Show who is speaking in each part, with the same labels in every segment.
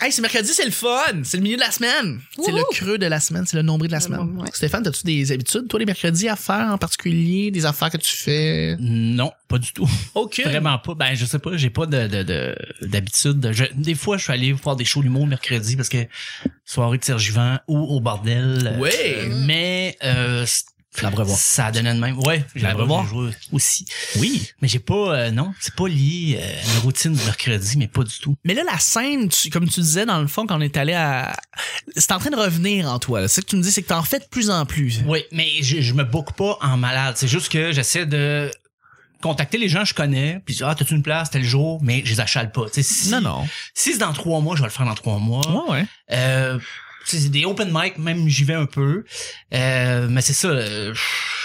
Speaker 1: Hey, c'est mercredi, c'est le fun. C'est le milieu de la semaine. C'est le
Speaker 2: Wouhou!
Speaker 1: creux de la semaine, c'est le nombril de la
Speaker 2: Le
Speaker 1: semaine.
Speaker 2: nombre, ouais.
Speaker 1: Stéphane, as-tu des habitudes, toi, les mercredis, à faire en particulier, des affaires que tu fais?
Speaker 3: Non, pas du tout.
Speaker 1: OK.
Speaker 3: Vraiment pas. Ben, je sais pas, j'ai pas de, de, de- d'habitude. Je- des fois, je suis allé voir des shows d'humour le mercredi parce que soirée de Sergivant ou au bordel. Euh,
Speaker 1: Ouais.
Speaker 3: mais, euh, c-
Speaker 4: L'Abreuvoir.
Speaker 3: Ça donnait de même. Ouais, j'ai
Speaker 1: L'Abreuvoir.
Speaker 3: joué aussi.
Speaker 4: Oui.
Speaker 3: Mais j'ai pas, euh, non, c'est pas lié euh, à une routine du mercredi, mais pas du tout.
Speaker 1: Mais là, la scène, tu- comme tu disais, dans le fond, quand on est allé à. C'est en train de revenir en toi. là. C'est ce que tu me dis, c'est que t'en fais de plus en plus.
Speaker 3: Oui, mais je, je me book pas en malade. C'est juste que j'essaie de contacter les gens que je connais, puis ah, t'as-tu une place tel jour, mais je les achale pas. Tu sais, Si,
Speaker 1: Non, non.
Speaker 3: si c'est dans trois mois, je vais le faire dans trois mois.
Speaker 1: ouais.
Speaker 3: Euh, tu sais, c'est des open mic, même j'y vais un peu. Euh, mais c'est ça, euh,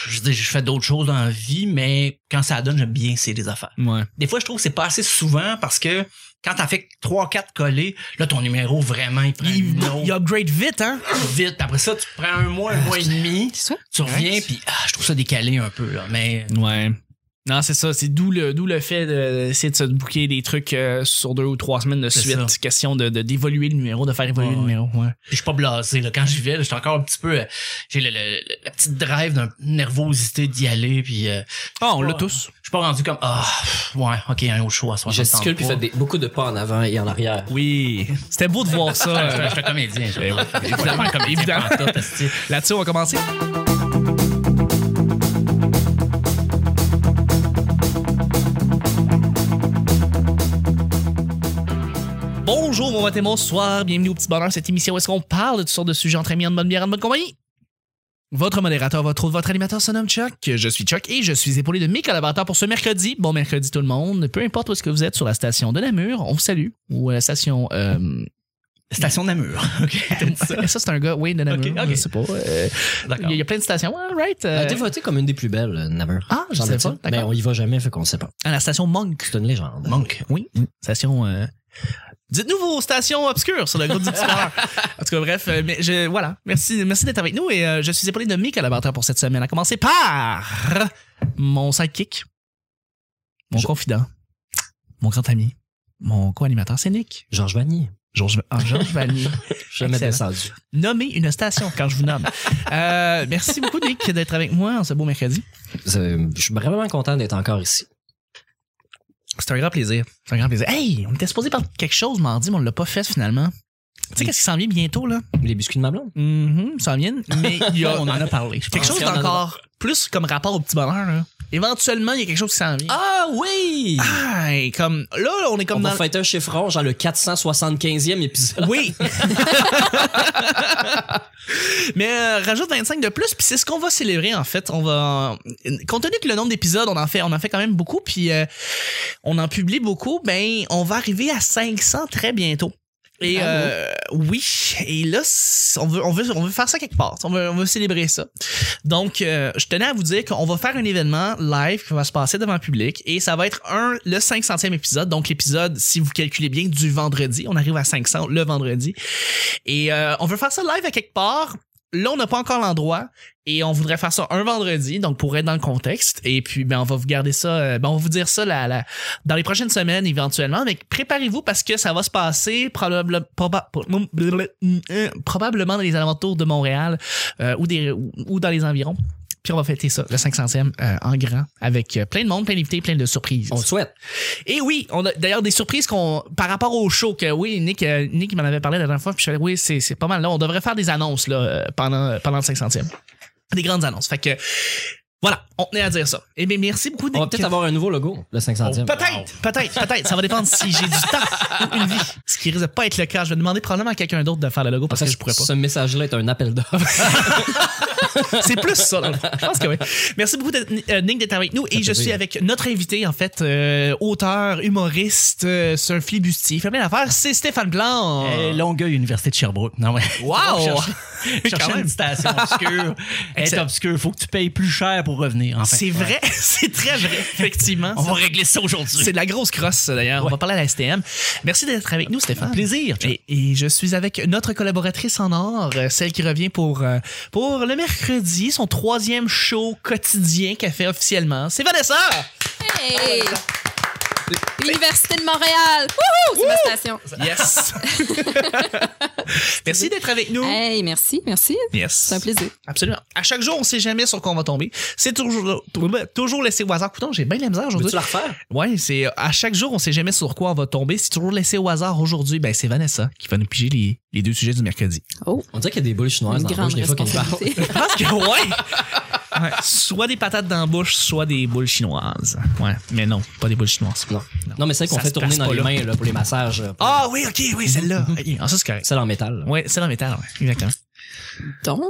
Speaker 3: je, veux dire, je fais d'autres choses dans la vie, mais quand ça donne, j'aime bien essayer des affaires.
Speaker 1: Ouais.
Speaker 3: Des fois, je trouve que c'est pas assez souvent parce que quand t'as fait trois, quatre collés, là, ton numéro, vraiment, il prend
Speaker 1: Il,
Speaker 3: une autre
Speaker 1: il upgrade vite, hein?
Speaker 3: vite. Puis Après ça, tu prends un mois, un mois et demi.
Speaker 2: Ah, C'est ça?
Speaker 3: Tu reviens, puis ah, je trouve ça décalé un peu, là, mais...
Speaker 1: Ouais. Non, c'est ça. C'est d'où le, d'où le fait de- d'essayer de se bouquer des trucs euh, sur deux ou trois semaines de
Speaker 3: C'est
Speaker 1: suite.
Speaker 3: ça.
Speaker 1: Question de, de- d'évoluer le numéro, de faire évoluer
Speaker 3: Ouais,
Speaker 1: le numéro. Ouais.
Speaker 3: Puis je suis pas blasé, là. Quand j'y vais, là, j'étais encore un petit peu... euh, J'ai le- le- le- la petite drive d'une nervosité d'y aller, puis euh,
Speaker 1: Ah, on l'a
Speaker 3: l'a
Speaker 1: tous.
Speaker 3: je suis pas rendu comme... Ah, pff, ouais, OK, un autre choix.
Speaker 4: Gesticule puis fait des- beaucoup de pas en avant et en
Speaker 1: Euh,
Speaker 4: arrière.
Speaker 1: Oui. C'était beau de voir ça.
Speaker 3: Je
Speaker 1: euh,
Speaker 3: suis un comédien. je-
Speaker 1: Ben oui.
Speaker 3: Évidemment, un comédien.
Speaker 1: Évidemment.
Speaker 3: pantoute, esti.
Speaker 1: Là-dessus, on va commencer. Bonjour, bon matin, bonsoir. Bienvenue au Petit Bonheur, cette émission où est-ce qu'on parle de toutes sortes de sujets entre amis, en bonne bière, en bonne compagnie. Votre modérateur, votre autre, votre animateur se nomme Chuck. Je suis Chuck et je suis épaulé de mes collaborateurs pour ce mercredi. Bon mercredi tout le monde. Peu importe où est-ce que vous êtes sur la station de Namur, on vous salue. Ou à la station... euh,
Speaker 3: Station Namur. OK, t'as dit ça?
Speaker 1: Ça, c'est un gars, oui, de Namur.
Speaker 3: Ok, ok.
Speaker 1: Je sais pas. euh, Il
Speaker 3: D'accord.
Speaker 1: y a- il y a plein de stations, hein, right? Euh,
Speaker 4: Elle a été votée comme une des plus belles, euh, Namur.
Speaker 1: Ah, je
Speaker 4: J'en
Speaker 1: savais
Speaker 4: ai
Speaker 1: pas.
Speaker 4: pas. Mais
Speaker 1: D'accord.
Speaker 4: on y va jamais, fait qu'on sait pas.
Speaker 1: À la station Monk.
Speaker 4: C'est une légende.
Speaker 3: Monk.
Speaker 1: Oui. Station. euh, Dites-nous vos stations obscures sur le groupe du Petit Bonheur. En tout cas, bref, euh, mais je, voilà. Merci, merci d'être avec nous et euh, je suis épaulé de mes collaborateurs pour cette semaine. À commencer par mon sidekick, mon
Speaker 4: Je-
Speaker 1: confident, mon grand ami, mon co-animateur, c'est Nick.
Speaker 4: Georges Vanier.
Speaker 1: Georges ah, Georges Vanier.
Speaker 4: Jamais
Speaker 1: Excellent.
Speaker 4: descendu.
Speaker 1: Nommez une station quand je vous nomme. Euh, merci beaucoup, Nick, d'être avec moi en ce beau mercredi.
Speaker 4: C'est- Je suis vraiment content d'être encore ici.
Speaker 1: C'est un grand plaisir. C'est un grand plaisir. Hey, on était supposé parler de quelque chose mardi, mais on l'a pas fait finalement. Tu sais qu'est-ce qui s'en vient bientôt, là?
Speaker 4: Les biscuits de ma blonde.
Speaker 1: Mhm, ça s'en vient. Mais il y a
Speaker 3: On en a parlé. je
Speaker 1: quelque
Speaker 3: pense.
Speaker 1: chose
Speaker 4: qu'on en a
Speaker 1: d'encore plus comme rapport au petit bonheur, là. Éventuellement, il y a quelque chose qui s'en vient.
Speaker 4: Ah oui!
Speaker 1: Ah, et comme, là, on est comme
Speaker 4: On
Speaker 1: dans...
Speaker 4: va fêter un chiffron, genre le 475e épisode.
Speaker 1: Oui! Mais euh, rajoute 25 de plus, puis c'est ce qu'on va célébrer en fait. On va compte tenu que le nombre d'épisodes, on en fait on en fait quand même beaucoup puis euh, on en publie beaucoup, ben on va arriver à 500 très bientôt. Et
Speaker 4: Ah
Speaker 1: euh, oui, et là c- on veut on veut on veut faire ça quelque part. On veut on veut célébrer ça. Donc euh, je tenais à vous dire qu'on va faire un événement live qui va se passer devant le public et ça va être un le 500e épisode. Donc l'épisode si vous calculez bien du vendredi, on arrive à 500 le vendredi. Et euh, on veut faire ça live à quelque part. Là, on n'a pas encore l'endroit et on voudrait faire ça un vendredi, donc pour être dans le contexte. Et puis, ben, on va vous garder ça, euh, ben, on va vous dire ça la, la- dans les prochaines semaines éventuellement. Mais préparez-vous parce que ça va se passer probable- proba- mm, proba- euh, probablement dans les alentours de Montréal euh, ou, des, ou, ou dans les environs. Puis on va fêter ça, le 500e euh, en grand, avec euh, plein de monde, plein d'invités, plein de surprises.
Speaker 4: On le souhaite.
Speaker 1: Et oui, on a d'ailleurs des surprises qu'on par rapport au show que oui, Nick, euh, Nick il m'en avait parlé la dernière fois, puis je suis allé, oui, c'est c'est pas mal là, on devrait faire des annonces là euh, pendant pendant le 500e. Des grandes annonces. Fait que voilà, on tenait à dire ça. Et bien merci beaucoup Nick.
Speaker 4: On va peut-être avoir un nouveau logo, le 500e.
Speaker 1: Oh, Peut-être, peut-être, peut-être. Ça va dépendre si j'ai du temps ou une vie. Ce qui risque de pas être le cas. Je vais demander probablement à quelqu'un d'autre de faire le logo parce que je pourrais pas.
Speaker 4: Ce message-là est un appel d'offres.
Speaker 1: C'est plus ça, dans le fond. Je pense que oui. Merci beaucoup, d'être- euh, Nick, d'être avec nous. Et je
Speaker 4: plaisir.
Speaker 1: suis avec notre invité, en fait, euh, auteur, humoriste, euh, c'est un flibustier. Il fait plein d'affaires. C'est Stéphane Blanc.
Speaker 3: Euh, Longueuil, Université de Sherbrooke. Non, ouais.
Speaker 1: Ah. Wow! Quand
Speaker 3: Chercher
Speaker 1: même.
Speaker 3: une station obscure. Être
Speaker 1: Excellent.
Speaker 3: obscur, faut que tu payes plus cher pour revenir. Enfin.
Speaker 1: C'est vrai. C'est très vrai, effectivement.
Speaker 3: On va régler ça aujourd'hui.
Speaker 1: C'est de la grosse crosse, ça, d'ailleurs. On va parler à la STM. Merci d'être avec nous, Stéphane. plaisir. Et, et je suis avec notre collaboratrice en or, euh, celle qui revient pour, euh, pour le mercredi, son troisième show quotidien qu'elle fait officiellement. C'est Vanessa!
Speaker 2: Hey! Université de Montréal. Wouhou! C'est ma station.
Speaker 1: Yes! Merci d'être avec nous.
Speaker 2: Hey, merci, merci.
Speaker 1: Yes.
Speaker 2: C'est un plaisir.
Speaker 1: Absolument. À chaque jour, on sait jamais sur quoi on va tomber. C'est toujours, toujours laissé au hasard. Coudon, j'ai bien de la misère
Speaker 4: Veux-tu
Speaker 1: aujourd'hui.
Speaker 4: la refaire?
Speaker 1: Ouais, c'est à chaque jour, on sait jamais sur quoi on va tomber. C'est toujours laissé au hasard aujourd'hui. Ben, c'est Vanessa qui va nous piger les, les deux sujets du mercredi.
Speaker 4: On dirait qu'il y a des boules chinoises
Speaker 2: Une
Speaker 4: dans la
Speaker 2: grande
Speaker 4: bouche des fois quand tu parles.
Speaker 2: responsabilité.
Speaker 1: Je pense que ouais. Ouais, soit des patates dans la bouche, soit des boules chinoises. Ouais, mais non, pas des boules chinoises.
Speaker 4: Non. Non, mais c'est qu'on
Speaker 1: Ça
Speaker 4: fait
Speaker 1: se
Speaker 4: tourner
Speaker 1: place
Speaker 4: dans
Speaker 1: pas
Speaker 4: les
Speaker 1: là.
Speaker 4: mains là, pour les massages. euh, pour-
Speaker 1: Ah oui, ok, oui, celle-là. Ok, Ah, ça c'est correct.
Speaker 4: Celle en métal. là.
Speaker 1: Ouais, celle en métal, ouais, exactement.
Speaker 2: Donc,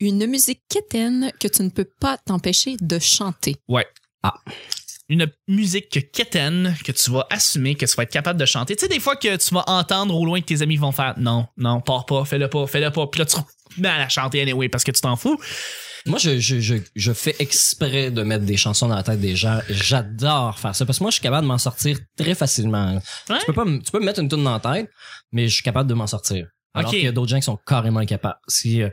Speaker 2: une musique quétaine que tu ne peux pas t'empêcher de chanter.
Speaker 1: une musique quétaine que tu vas assumer, que tu vas être capable de chanter. Tu sais, des fois que tu vas entendre au loin que tes amis vont faire non, non, pars pas, fais-le pas, fais-le pas. Puis là, tu mets à la chanter anyway parce que tu t'en fous.
Speaker 4: Moi, je, je, je, je fais exprès de mettre des chansons dans la tête des gens. J'adore faire ça parce que moi, je suis capable de m'en sortir très facilement.
Speaker 1: Ouais.
Speaker 4: Tu peux pas, me- tu peux me mettre une tune dans la tête, mais je suis capable de m'en sortir. Alors
Speaker 1: Ok.
Speaker 4: qu'il y a d'autres gens qui sont carrément incapables. Si, euh,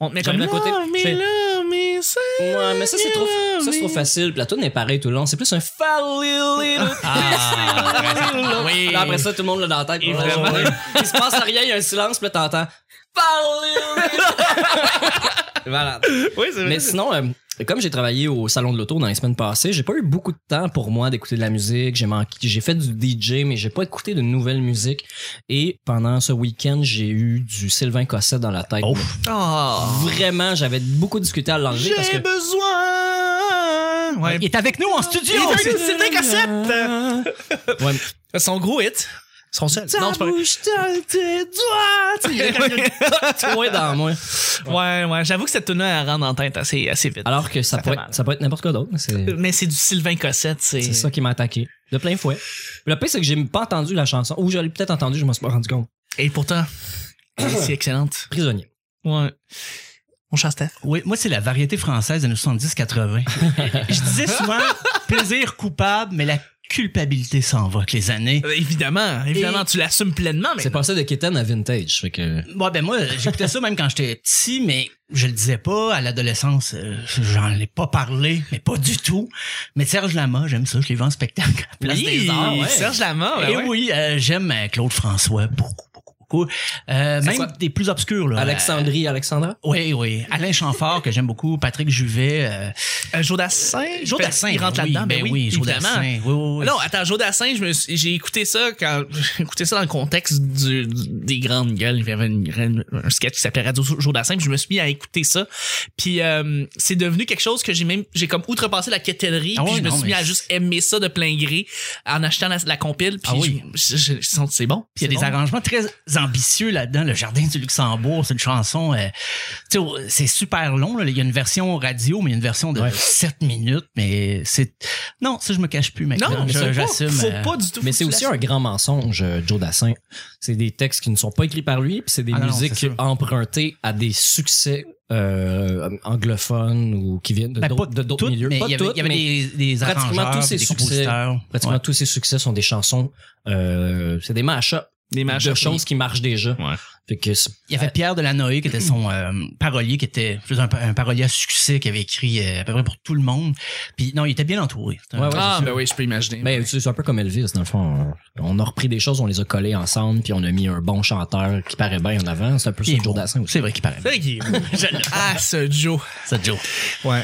Speaker 1: On te met
Speaker 4: Je
Speaker 1: comme
Speaker 4: mets à côté,
Speaker 1: Love me,
Speaker 4: je fais-
Speaker 1: love me, ça.
Speaker 4: ouais, mais ça, c'est trop, ça, c'est trop facile. Puis la tune est pareille tout le long. C'est plus un fallil.
Speaker 1: Ah, oui.
Speaker 4: Puis après ça, tout le monde l'a dans la tête.
Speaker 1: Et
Speaker 4: pour la
Speaker 1: vraiment.
Speaker 4: journée. Il se passe rien, il y a un silence, puis là, t'entends. voilà.
Speaker 1: Oui, c'est vrai.
Speaker 4: Mais sinon, euh, comme j'ai travaillé au salon de l'auto dans les semaines passées, j'ai pas eu beaucoup de temps pour moi d'écouter de la musique. J'ai manqué, j'ai fait du DJ, mais j'ai pas écouté de nouvelle musique. Et pendant ce week-end, j'ai eu du Sylvain Cossette dans la tête.
Speaker 1: Oh.
Speaker 4: Mais
Speaker 1: Ah.
Speaker 4: Vraiment, j'avais beaucoup discuté à l'enlever parce que.
Speaker 1: J'ai besoin. Ouais.
Speaker 3: Il est avec nous en studio.
Speaker 1: Il est avec- c'est vrai, Cossette!
Speaker 4: Ouais,
Speaker 1: Son gros hit. Son seul. Non, c'est pas vrai.
Speaker 4: bouche dans tes doigts. Tu sais, quand il y a le doigt dans moi.
Speaker 1: Ouais, ouais. J'avoue que cette tune-là, elle rentre en tête assez, assez vite.
Speaker 4: Alors que ça,
Speaker 1: Ça fait
Speaker 4: peut
Speaker 1: mal.
Speaker 4: être, ça peut être n'importe quoi d'autre. C'est
Speaker 1: Mais c'est du Sylvain Cossette, c'est.
Speaker 4: c'est ça qui m'a attaqué. De plein fouet. Le pire, c'est que j'ai pas entendu la chanson. Ou je l'ai peut-être entendu, je m'en suis pas rendu compte.
Speaker 1: Et pourtant, c'est excellente.
Speaker 4: Prisonnier.
Speaker 1: Ouais. Mon cher Steph.
Speaker 3: Oui, moi, c'est la variété française des années 70-80. Je disais souvent plaisir coupable, mais la culpabilité s'en va avec les années.
Speaker 1: Euh, Évidemment, évidemment, tu l'assumes pleinement, mais.
Speaker 4: C'est passé de Kitten à Vintage. Fait que...
Speaker 3: Ouais, ben moi, j'écoutais ça même quand j'étais petit, mais je le disais pas à l'adolescence. euh, J'en ai pas parlé, mais pas du tout. Mais Serge Lama, j'aime ça, je l'ai vu en spectacle à la Place
Speaker 1: Oui,
Speaker 3: des Arts. ouais.
Speaker 1: Serge Lamont, ben
Speaker 3: Et
Speaker 1: ouais, ouais.
Speaker 3: oui, euh, j'aime euh, Claude François beaucoup, beaucoup, beaucoup. Euh,
Speaker 4: C'est
Speaker 3: même
Speaker 4: quoi?
Speaker 3: des plus obscurs. Là,
Speaker 4: Alexandrie, Alexandra?
Speaker 3: Euh, oui, oui. Alain Chamfort, que j'aime beaucoup. Patrick Juvet. euh,
Speaker 1: Euh, Jodassin.
Speaker 3: Joe Dassin.
Speaker 1: Il rentre
Speaker 3: oui,
Speaker 1: là-dedans,
Speaker 3: ben
Speaker 1: ben
Speaker 3: oui, Joe
Speaker 1: évidemment. Ah
Speaker 3: Dassin, Oui, oui, oui.
Speaker 1: Non, attends, Joe Dassin, je me suis- j'ai écouté ça quand j'ai écouté ça dans le contexte du, du- des grandes gueules. Il y avait une- une- un sketch qui s'appelait Radio Joe Dassin, puis je me suis mis à écouter ça. Puis euh, c'est devenu quelque chose que j'ai même j'ai comme outrepassé la quêtellerie,
Speaker 3: Ah
Speaker 1: puis
Speaker 3: oui,
Speaker 1: je me
Speaker 3: non,
Speaker 1: suis mis
Speaker 3: mais
Speaker 1: à juste aimer ça de plein gré en achetant la, la compile. Puis
Speaker 3: Ah oui.
Speaker 1: je, je- je- je sens que c'est bon.
Speaker 3: Puis il y a des
Speaker 1: arrangements.
Speaker 3: arrangements très ambitieux là-dedans. Le Jardin du Luxembourg, c'est une chanson. euh, tu sais, c'est super long. là. Il y a une version radio, mais il y a une version de
Speaker 4: Ouais.
Speaker 3: 7 minutes. Mais c'est. Non, ça, je me cache plus maintenant.
Speaker 1: Non, mais
Speaker 3: Je-
Speaker 1: ça,
Speaker 3: j'assume.
Speaker 1: Faut
Speaker 3: euh,
Speaker 1: pas du tout.
Speaker 4: Mais
Speaker 1: faut
Speaker 4: c'est
Speaker 1: que tu
Speaker 4: aussi
Speaker 1: l'assumes.
Speaker 4: un grand mensonge, euh, Joe Dassin. C'est des textes qui ne sont pas écrits par lui, puis c'est des
Speaker 3: Ah non, c'est
Speaker 4: musiques
Speaker 3: sûr.
Speaker 4: empruntées à des succès euh, anglophones ou qui viennent de
Speaker 3: ben,
Speaker 4: d'autres
Speaker 3: pas
Speaker 4: de d'autres
Speaker 3: toutes,
Speaker 4: milieux.
Speaker 3: Mais
Speaker 4: Pas
Speaker 3: il y avait,
Speaker 4: toutes,
Speaker 3: il y avait
Speaker 4: mais
Speaker 3: des, des
Speaker 4: pratiquement
Speaker 3: arrangeurs,
Speaker 4: tous ses
Speaker 3: des
Speaker 4: succès.
Speaker 3: compositeurs.
Speaker 4: pratiquement tous ses succès sont des chansons. Euh, c'est des mashups
Speaker 1: Des
Speaker 4: de choses qui marchent déjà.
Speaker 1: Ouais.
Speaker 4: Fait que c'est-
Speaker 3: Il y avait Pierre Delanoë qui était son euh, parolier, qui était je veux dire, un, pa- un parolier à succès, qui avait écrit euh, à peu près pour tout le monde. Puis non, il était bien entouré. C'était un-
Speaker 4: Ouais, ouais.
Speaker 1: Ah, ben oui, je peux imaginer.
Speaker 4: ben, c'est c'est un peu comme Elvis, dans le fond. On a repris des choses, on les a collées ensemble, puis on a mis un bon chanteur qui paraît bien en avant. C'est un peu ça,
Speaker 3: Il est bon.
Speaker 4: Joe Dassin aussi.
Speaker 3: C'est vrai qu'il paraît.
Speaker 1: C'est vrai qu'il est beau. Je l'aime. Ah, ce Joe.
Speaker 3: Ça, Joe.
Speaker 1: Ouais.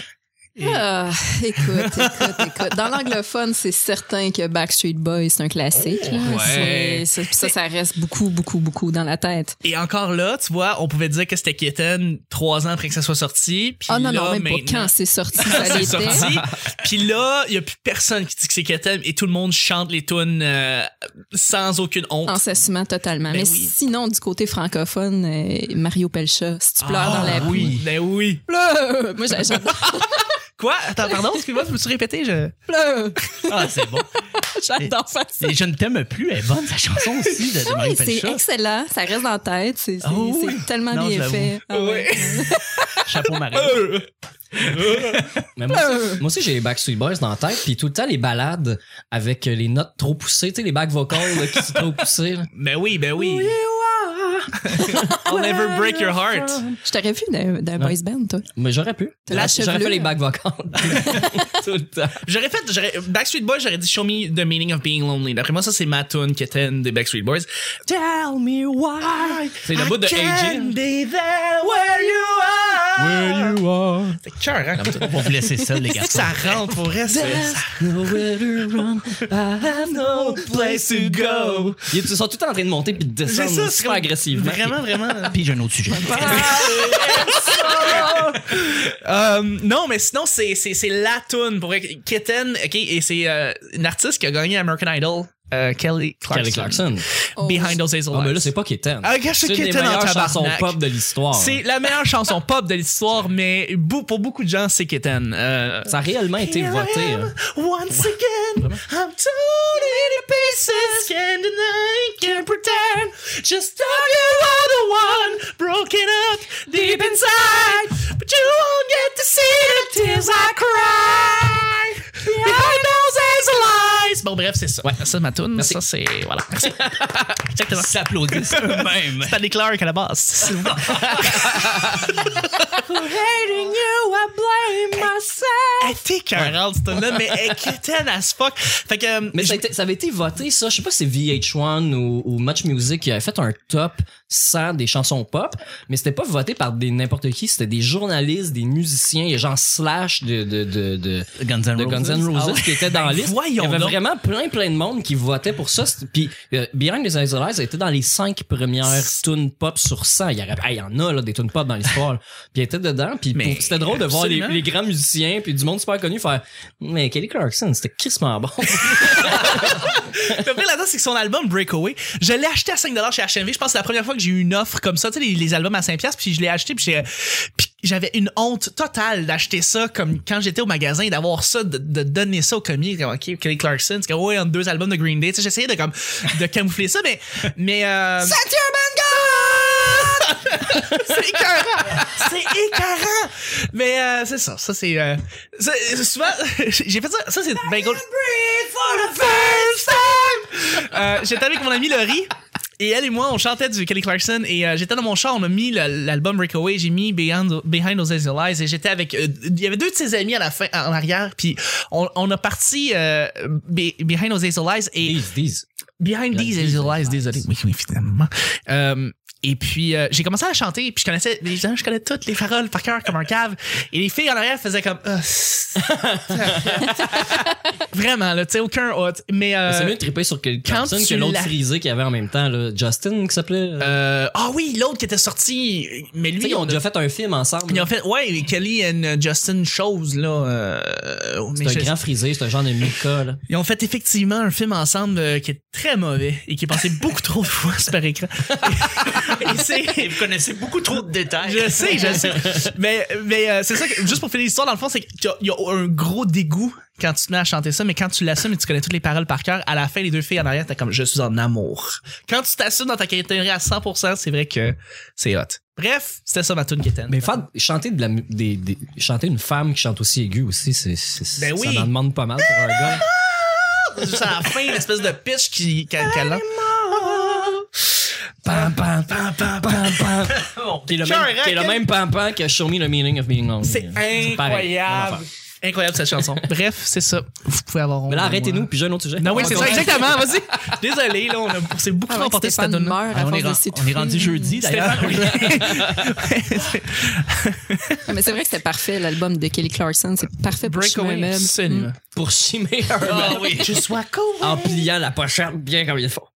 Speaker 2: Ah, écoute, écoute, écoute. Dans l'anglophone, c'est certain que Backstreet Boys, c'est un classique. là.
Speaker 1: Oh, ouais.
Speaker 2: C'est- c'est- puis ça, ça reste beaucoup, beaucoup, beaucoup dans la tête.
Speaker 1: Et encore là, tu vois, on pouvait dire que c'était Kitten trois ans après que ça soit sorti. Puis
Speaker 2: Ah non,
Speaker 1: là,
Speaker 2: non, même
Speaker 1: maintenant,
Speaker 2: pas. Quand c'est sorti,
Speaker 1: quand
Speaker 2: ça
Speaker 1: c'est
Speaker 2: l'était.
Speaker 1: sorti. Puis là, il y a plus personne qui dit que c'est Kitten et tout le monde chante les tunes euh, sans aucune honte.
Speaker 2: En s'assumant totalement.
Speaker 1: Ben
Speaker 2: Mais
Speaker 1: oui.
Speaker 2: sinon, du côté francophone, euh, Mario Pelcha, si tu pleures
Speaker 1: Ah,
Speaker 2: dans la boue.
Speaker 1: oui. Ben oui.
Speaker 2: Pleure! Moi, j'a- j'adore.
Speaker 1: Quoi? Attends, pardon, excuse-moi, peux-tu répéter? Je...
Speaker 2: Pleure!
Speaker 3: Ah, c'est bon.
Speaker 2: J'adore faire ça.
Speaker 3: Et je ne t'aime plus, elle est bonne, sa chanson aussi de,
Speaker 1: Ah
Speaker 3: de Marie
Speaker 2: Oui, c'est
Speaker 3: Pelchat.
Speaker 2: excellent. Ça reste dans la tête. C'est c'est-
Speaker 3: Ah oui,
Speaker 2: c'est
Speaker 3: oui.
Speaker 2: tellement
Speaker 3: Non,
Speaker 2: bien
Speaker 3: j'avoue.
Speaker 2: fait. Ah ouais.
Speaker 3: Chapeau Marie.
Speaker 4: Mais moi,
Speaker 1: Euh.
Speaker 4: aussi- moi aussi, j'ai les Backstreet Boys dans la tête, puis tout le temps les balades avec euh, les notes trop poussées, tu sais, les bacs vocales là, qui sont trop poussées. là.
Speaker 1: Ben oui, ben oui. I'll never break your heart.
Speaker 2: Je t'aurais vu d'un d'un
Speaker 4: Non.
Speaker 2: boys band, toi.
Speaker 4: Mais j'aurais pu.
Speaker 2: T'as la
Speaker 4: J'aurais fait
Speaker 2: chevelure.
Speaker 4: les bacs vocales. Tout le temps.
Speaker 1: J'aurais fait, j'aurais- Backstreet Boys, j'aurais dit Show me the meaning of being lonely. D'après moi, ça, c'est ma tune qui était une des Backstreet Boys. Tell me why.
Speaker 4: Ah, C'est le bout de
Speaker 1: I can't
Speaker 4: AJ.
Speaker 1: be there where you are. C'est cœur, hein?
Speaker 3: On va vous laisser seul, les
Speaker 1: Est-ce que
Speaker 3: garçons.
Speaker 1: ça rentre pour reste. no place to go.
Speaker 4: Ils sont tout le temps en train de monter puis de
Speaker 1: C'est
Speaker 4: descendre
Speaker 1: ça, c'est
Speaker 4: super
Speaker 1: comme-
Speaker 4: agressivement.
Speaker 1: Vraiment, vraiment. Ah,
Speaker 3: Puis j'ai un autre sujet.
Speaker 1: Euh, non, mais sinon, c'est, c'est, c'est la toune pour vrai. Kitten, ok, et c'est euh, une artiste qui a gagné American Idol, euh, Kelly Clarkson.
Speaker 4: Kelly Clarkson.
Speaker 2: Oh,
Speaker 1: Behind Those Hazel
Speaker 4: Ah, mais là,
Speaker 1: Eyes.
Speaker 4: c'est pas Kitten.
Speaker 1: Ah, regarde, c'est
Speaker 4: C'est une des
Speaker 1: Kitten en
Speaker 4: meilleures chansons
Speaker 1: tabarnak.
Speaker 4: pop de l'histoire.
Speaker 1: C'est la meilleure chanson pop de l'histoire, mais bou- pour beaucoup de gens, c'est Kitten. Euh,
Speaker 4: Ça a réellement été
Speaker 1: Here I
Speaker 4: voté.
Speaker 1: am,
Speaker 4: hein.
Speaker 1: Once again, I'm torn into pieces, can't deny, can't pretend. Just thought you were the one broken up deep inside, but you won't get to see the tears I cry. Behind those hazel eyes. Bon bref, c'est ça. Ouais, ça c'est ma tune. Ça c'est voilà. Merci. Exactement.
Speaker 3: s'applaudissent eux-mêmes.
Speaker 1: Stanley Clark à la base. s'il vous plaît. Elle était écœurante, cette tune-là, mais elle quittait as fuck. Fait que. euh,
Speaker 4: Mais ça, a été- ça avait été voté, ça. Je sais pas si c'est VH1 ou, ou Match Music qui avait fait un top 100 des chansons pop, mais c'était pas voté par des n'importe qui. C'était des journalistes, des musiciens, et gens slash de, de, de, de,
Speaker 3: Guns N'
Speaker 4: de Guns N' Roses qui étaient dans la liste. Il y
Speaker 1: Ah Ben voyons
Speaker 4: avait
Speaker 1: donc.
Speaker 4: vraiment plein, plein de monde qui votait pour ça. C'était- Puis euh, Behind the Eyes of Lies était dans les cinq premières tunes pop sur 100. Il y, aurait- hey, il y en a là, des tunes pop dans l'histoire. là. puis elle était dedans. Puis
Speaker 1: Mais
Speaker 4: pour- c'était drôle de voir les,
Speaker 1: absolument.
Speaker 4: les grands musiciens puis du monde super connu faire « Mais Kelly Clarkson, c'était crissement bon. »
Speaker 1: Le pire là-dedans, c'est que son album Breakaway, je l'ai acheté à 5$ chez HMV. Je pense que c'est la première fois que j'ai eu une offre comme ça, tu sais, les, les albums à 5$, puis je l'ai acheté, puis j'ai- puis j'avais une honte totale d'acheter ça, comme quand j'étais au magasin, d'avoir ça, de, de donner ça au commis, comme, OK, Kelly Clarkson, c'est comme, ouais, entre deux albums de Green Day, tu sais, j'essayais de, comme, de camoufler ça, mais, mais, euh, c'est écœurant! C'est écœurant! Mais euh, c'est ça, ça c'est... euh, c'est- souvent, j'ai fait ça, ça c'est... Ben, go- Euh, J'étais avec mon ami Laurie. Et elle et moi, on chantait du Kelly Clarkson et euh, j'étais dans mon char, on a mis le- l'album Breakaway, j'ai mis Behind, Behind Those Hazel Eyes et j'étais avec... euh, Il y avait deux de ses amis à la fin, en arrière, puis on, on a parti euh, Be- Behind Those Hazel Eyes et...
Speaker 4: These, these.
Speaker 1: Behind
Speaker 4: Behind
Speaker 1: These
Speaker 4: These
Speaker 1: Hazel Eyes,
Speaker 4: Eyes.
Speaker 1: désolé. Oui, oui, évidemment. Euh, et puis, euh, j'ai commencé à chanter, puis je connaissais, les gens, je connais toutes les paroles par cœur comme un cave. Et les filles en arrière faisaient comme. Ah, c'est- Vraiment, là, tu sais, aucun hot. Mais. euh,
Speaker 4: Mais C'est mieux de triper sur Kelly
Speaker 1: quand
Speaker 4: Clarkson
Speaker 1: tu
Speaker 4: que l'autre
Speaker 1: l'as-
Speaker 4: frisé qu'il y avait en même temps. Là. Justin, qui s'appelait.
Speaker 1: euh, ah oui, l'autre qui était sorti, mais
Speaker 4: Tu sais,
Speaker 1: lui,
Speaker 4: ils ont
Speaker 1: on a-
Speaker 4: déjà fait un film ensemble.
Speaker 1: ils ont fait, ouais, Kelly and Justin Chose, là. euh, mais
Speaker 4: C'est
Speaker 1: je-
Speaker 4: un grand frisé, c'est un genre de Mika. Là.
Speaker 1: Ils ont fait effectivement un film ensemble euh, qui est très mauvais et qui est passé beaucoup trop de fois par écran. et c'est.
Speaker 3: Et vous connaissez beaucoup trop de détails.
Speaker 1: Je sais, je sais. Mais, mais euh, c'est ça, que, juste pour finir l'histoire, dans le fond, c'est qu'il y a- il y, a un gros dégoût quand tu te mets à chanter ça, mais quand tu l'assumes et tu connais toutes les paroles par cœur, à la fin, les deux filles en arrière, t'es comme « Je suis en amour ». Quand tu t'assumes dans ta qualité à 100%, c'est vrai que c'est hot. Bref, c'était ça ma tune qui était.
Speaker 4: Mais faire, chanter, de la, mu- des, des- chanter une femme qui chante aussi aiguë aussi, c'est, c'est-
Speaker 1: Ben
Speaker 4: ça
Speaker 1: oui.
Speaker 4: en demande pas mal pour un gars.
Speaker 1: Juste à la fin, une espèce de pitch qui... qu'elle- qu'elle a.
Speaker 4: Pam, pam, pam, pam, pam, pam. Qui est le
Speaker 1: Cœur,
Speaker 4: même, qui est
Speaker 1: hein,
Speaker 4: le même pam, pam que Show Me the Meaning of Being Lonely.
Speaker 1: C'est
Speaker 4: pareil, même
Speaker 1: incroyable.
Speaker 4: affaire.
Speaker 1: Incroyable cette chanson. Bref, c'est ça. Vous pouvez avoir honte
Speaker 4: Mais là,
Speaker 1: de
Speaker 4: arrêtez-nous,
Speaker 1: moi.
Speaker 4: puis j'ai un autre sujet.
Speaker 1: Non, oui,
Speaker 4: On
Speaker 1: c'est
Speaker 4: va
Speaker 1: ça,
Speaker 4: continuer.
Speaker 1: exactement. Vas-y. Désolé, là, on, a- on s'est beaucoup
Speaker 2: Ah ouais,
Speaker 1: emporté cette
Speaker 2: Stéphane
Speaker 1: tune
Speaker 2: meurt à force
Speaker 3: on, est
Speaker 2: de
Speaker 3: ren- on est
Speaker 2: s'étouffer.
Speaker 3: rendu jeudi, d'ailleurs.
Speaker 2: Ah, mais c'est vrai que c'était parfait, l'album de Kelly Clarkson. C'est parfait pour chimer un
Speaker 1: Breakaway,
Speaker 2: meuble.
Speaker 1: absolument.
Speaker 4: Pour chimer un meuble
Speaker 3: oui.
Speaker 1: Je sois
Speaker 4: Ah en pliant la pochette bien comme il faut.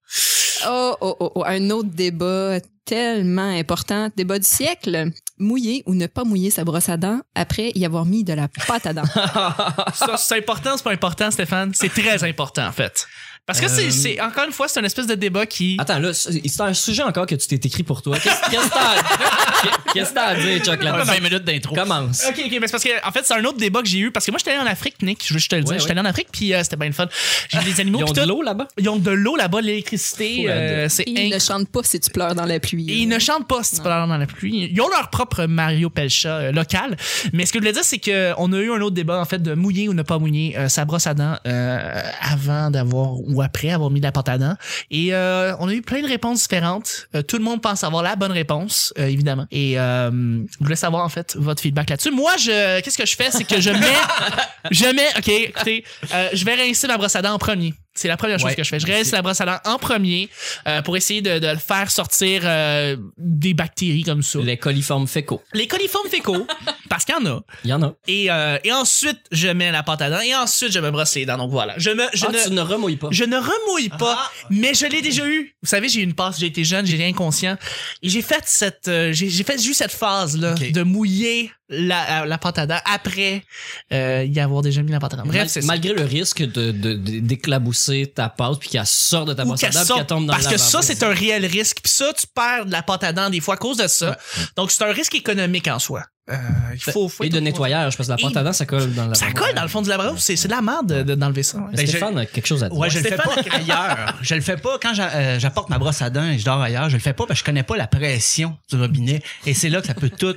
Speaker 2: Oh, oh, oh, oh, un autre débat tellement important, débat du siècle. Mouiller ou ne pas mouiller sa brosse à dents après y avoir mis de la pâte à dents.
Speaker 1: Ça, c'est important, c'est pas important, Stéphane? C'est très important, en fait.
Speaker 3: Ah,
Speaker 1: Parce que c'est-
Speaker 4: Euh,
Speaker 1: c'est, encore une fois, c'est un espèce de débat qui.
Speaker 4: Attends, là, c'est un sujet encore que tu t'es écrit pour toi. Qu'est-ce qu'est-ce que t'as qu'est-ce que t'as à dire, Chuck,
Speaker 3: On a
Speaker 4: là-dessus?
Speaker 3: 20 minutes d'intro.
Speaker 4: Commence.
Speaker 1: Ok, ok, mais c'est parce que, en fait, c'est un autre débat que j'ai eu. Parce que moi, j'étais allé en Afrique, Nick, je veux juste te le dire.
Speaker 4: Ouais,
Speaker 1: j'étais
Speaker 4: ouais.
Speaker 1: allé en Afrique, puis euh, c'était bien le fun. J'ai des animaux,
Speaker 4: Ils ont
Speaker 1: puis
Speaker 4: de
Speaker 1: tout.
Speaker 4: l'eau là-bas?
Speaker 1: Ils ont de l'eau là-bas, de
Speaker 4: Fou,
Speaker 1: l'électricité.
Speaker 4: la
Speaker 1: euh, c'est
Speaker 2: Il ne
Speaker 1: inc-
Speaker 2: chante pas si tu pleures dans la pluie.
Speaker 1: Et ils ne chantent pas si tu
Speaker 2: Non.
Speaker 1: peux leur dans la pluie. Ils ont leur propre Mario Pelcha euh, local. Mais ce que je voulais dire, c'est qu'on a eu un autre débat, en fait, de mouiller ou ne pas mouiller euh, sa brosse à dents euh, avant d'avoir ou ou après avoir mis de la pâte à dents. Et euh, on a eu plein de réponses différentes. Euh, tout le monde pense avoir la bonne réponse, euh, évidemment. Et euh, je voulais savoir en fait votre feedback là-dessus. Moi, je qu'est-ce que je fais, c'est que je mets, je mets. Ok, écoutez, euh, je vais rincer ma brosse à dents en premier. C'est la première chose
Speaker 3: Ouais.
Speaker 1: que je fais. Je rince la brosse à dents en premier euh, pour essayer de, de faire sortir euh, des bactéries comme ça.
Speaker 4: Les coliformes fécaux.
Speaker 1: Les coliformes fécaux, parce qu'il y en a.
Speaker 4: Il y en a.
Speaker 1: Et, euh, et ensuite, je mets la pâte à dents et ensuite, je me brosse les dents. Donc voilà. Je, me, je
Speaker 4: Ah,
Speaker 1: ne
Speaker 4: tu Ah. ne remouilles pas.
Speaker 1: je ne remouille pas, mais je l'ai déjà eu. Vous savez, j'ai eu une passe, j'ai été jeune, j'étais inconscient. Et j'ai fait cette, euh, j'ai, j'ai fait juste cette phase-là
Speaker 3: Ok.
Speaker 1: de mouiller la, euh, la pâte à dents après euh, y avoir déjà mis la pâte à dents. Bref,
Speaker 4: Mal-
Speaker 1: c'est ça.
Speaker 4: malgré le risque de, de- de- d'éclabousser ta pâte puis qu'elle sorte de ta
Speaker 1: Ou
Speaker 4: brosse à
Speaker 1: qu'elle
Speaker 4: dents, puis
Speaker 1: sorte,
Speaker 4: qu'elle tombe dans
Speaker 1: parce
Speaker 4: le
Speaker 1: que
Speaker 4: lavabo.
Speaker 1: ça, c'est un réel risque. Puis ça, tu perds de la pâte à dents des fois à cause de ça. Donc, c'est un risque économique en soi. Euh, il faut, faut
Speaker 4: Et
Speaker 1: être au
Speaker 4: de
Speaker 1: courant.
Speaker 4: nettoyage, parce que la pâte à dents, ça colle dans le
Speaker 1: Ça
Speaker 4: lavabo.
Speaker 1: colle dans le fond du lavabo. C'est, c'est de la merde de- de- d'enlever ça. ouais.
Speaker 4: Mais
Speaker 3: Ben,
Speaker 4: Stéphane a quelque chose à dire.
Speaker 3: Ouais, je le fais
Speaker 1: Stéphane-
Speaker 3: pas ailleurs. Je le fais pas quand j'a- euh, j'apporte ma brosse à dents et je dors ailleurs. Je le fais pas parce que je connais pas la pression du robinet. Et c'est là que ça peut tout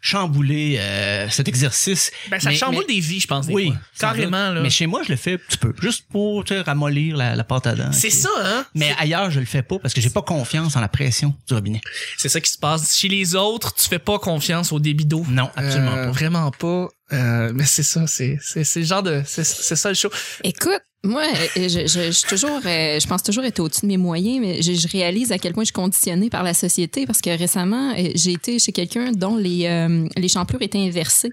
Speaker 3: chambouler euh, cet exercice.
Speaker 1: Ben, ça
Speaker 3: Mais-
Speaker 1: chamboule des vies, je pense. des
Speaker 3: Oui,
Speaker 1: fois.
Speaker 3: sans
Speaker 1: carrément. Là.
Speaker 3: Mais chez moi, je le fais un petit peu, juste pour tu sais, ramollir la, la pâte à dents.
Speaker 1: c'est
Speaker 3: Puis-
Speaker 1: ça, hein?
Speaker 3: Mais ailleurs, je le fais pas parce que j'ai pas confiance en la pression du robinet.
Speaker 1: C'est ça qui se passe. Chez les autres, tu fais pas confiance au débit d'eau.
Speaker 3: Non, absolument
Speaker 1: Euh,
Speaker 3: pas.
Speaker 1: Vraiment pas. Euh, mais c'est ça, c'est c'est c'est le genre de c'est c'est ça le show.
Speaker 2: Écoute, moi, euh, je, je, je suis toujours, euh, je pense toujours être au-dessus de mes moyens, mais je, je réalise à quel point je suis conditionnée par la société parce que récemment, euh, j'ai été chez quelqu'un dont les, euh, les champlures étaient inversées.